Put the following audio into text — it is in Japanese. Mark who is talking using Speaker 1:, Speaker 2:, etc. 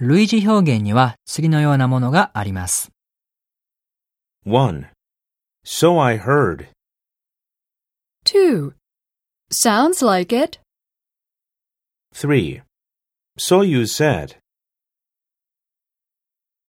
Speaker 1: 類似表現には次のようなものがあります。
Speaker 2: 1. So I heard.
Speaker 3: 2. Sounds like it.
Speaker 2: 3. So you said.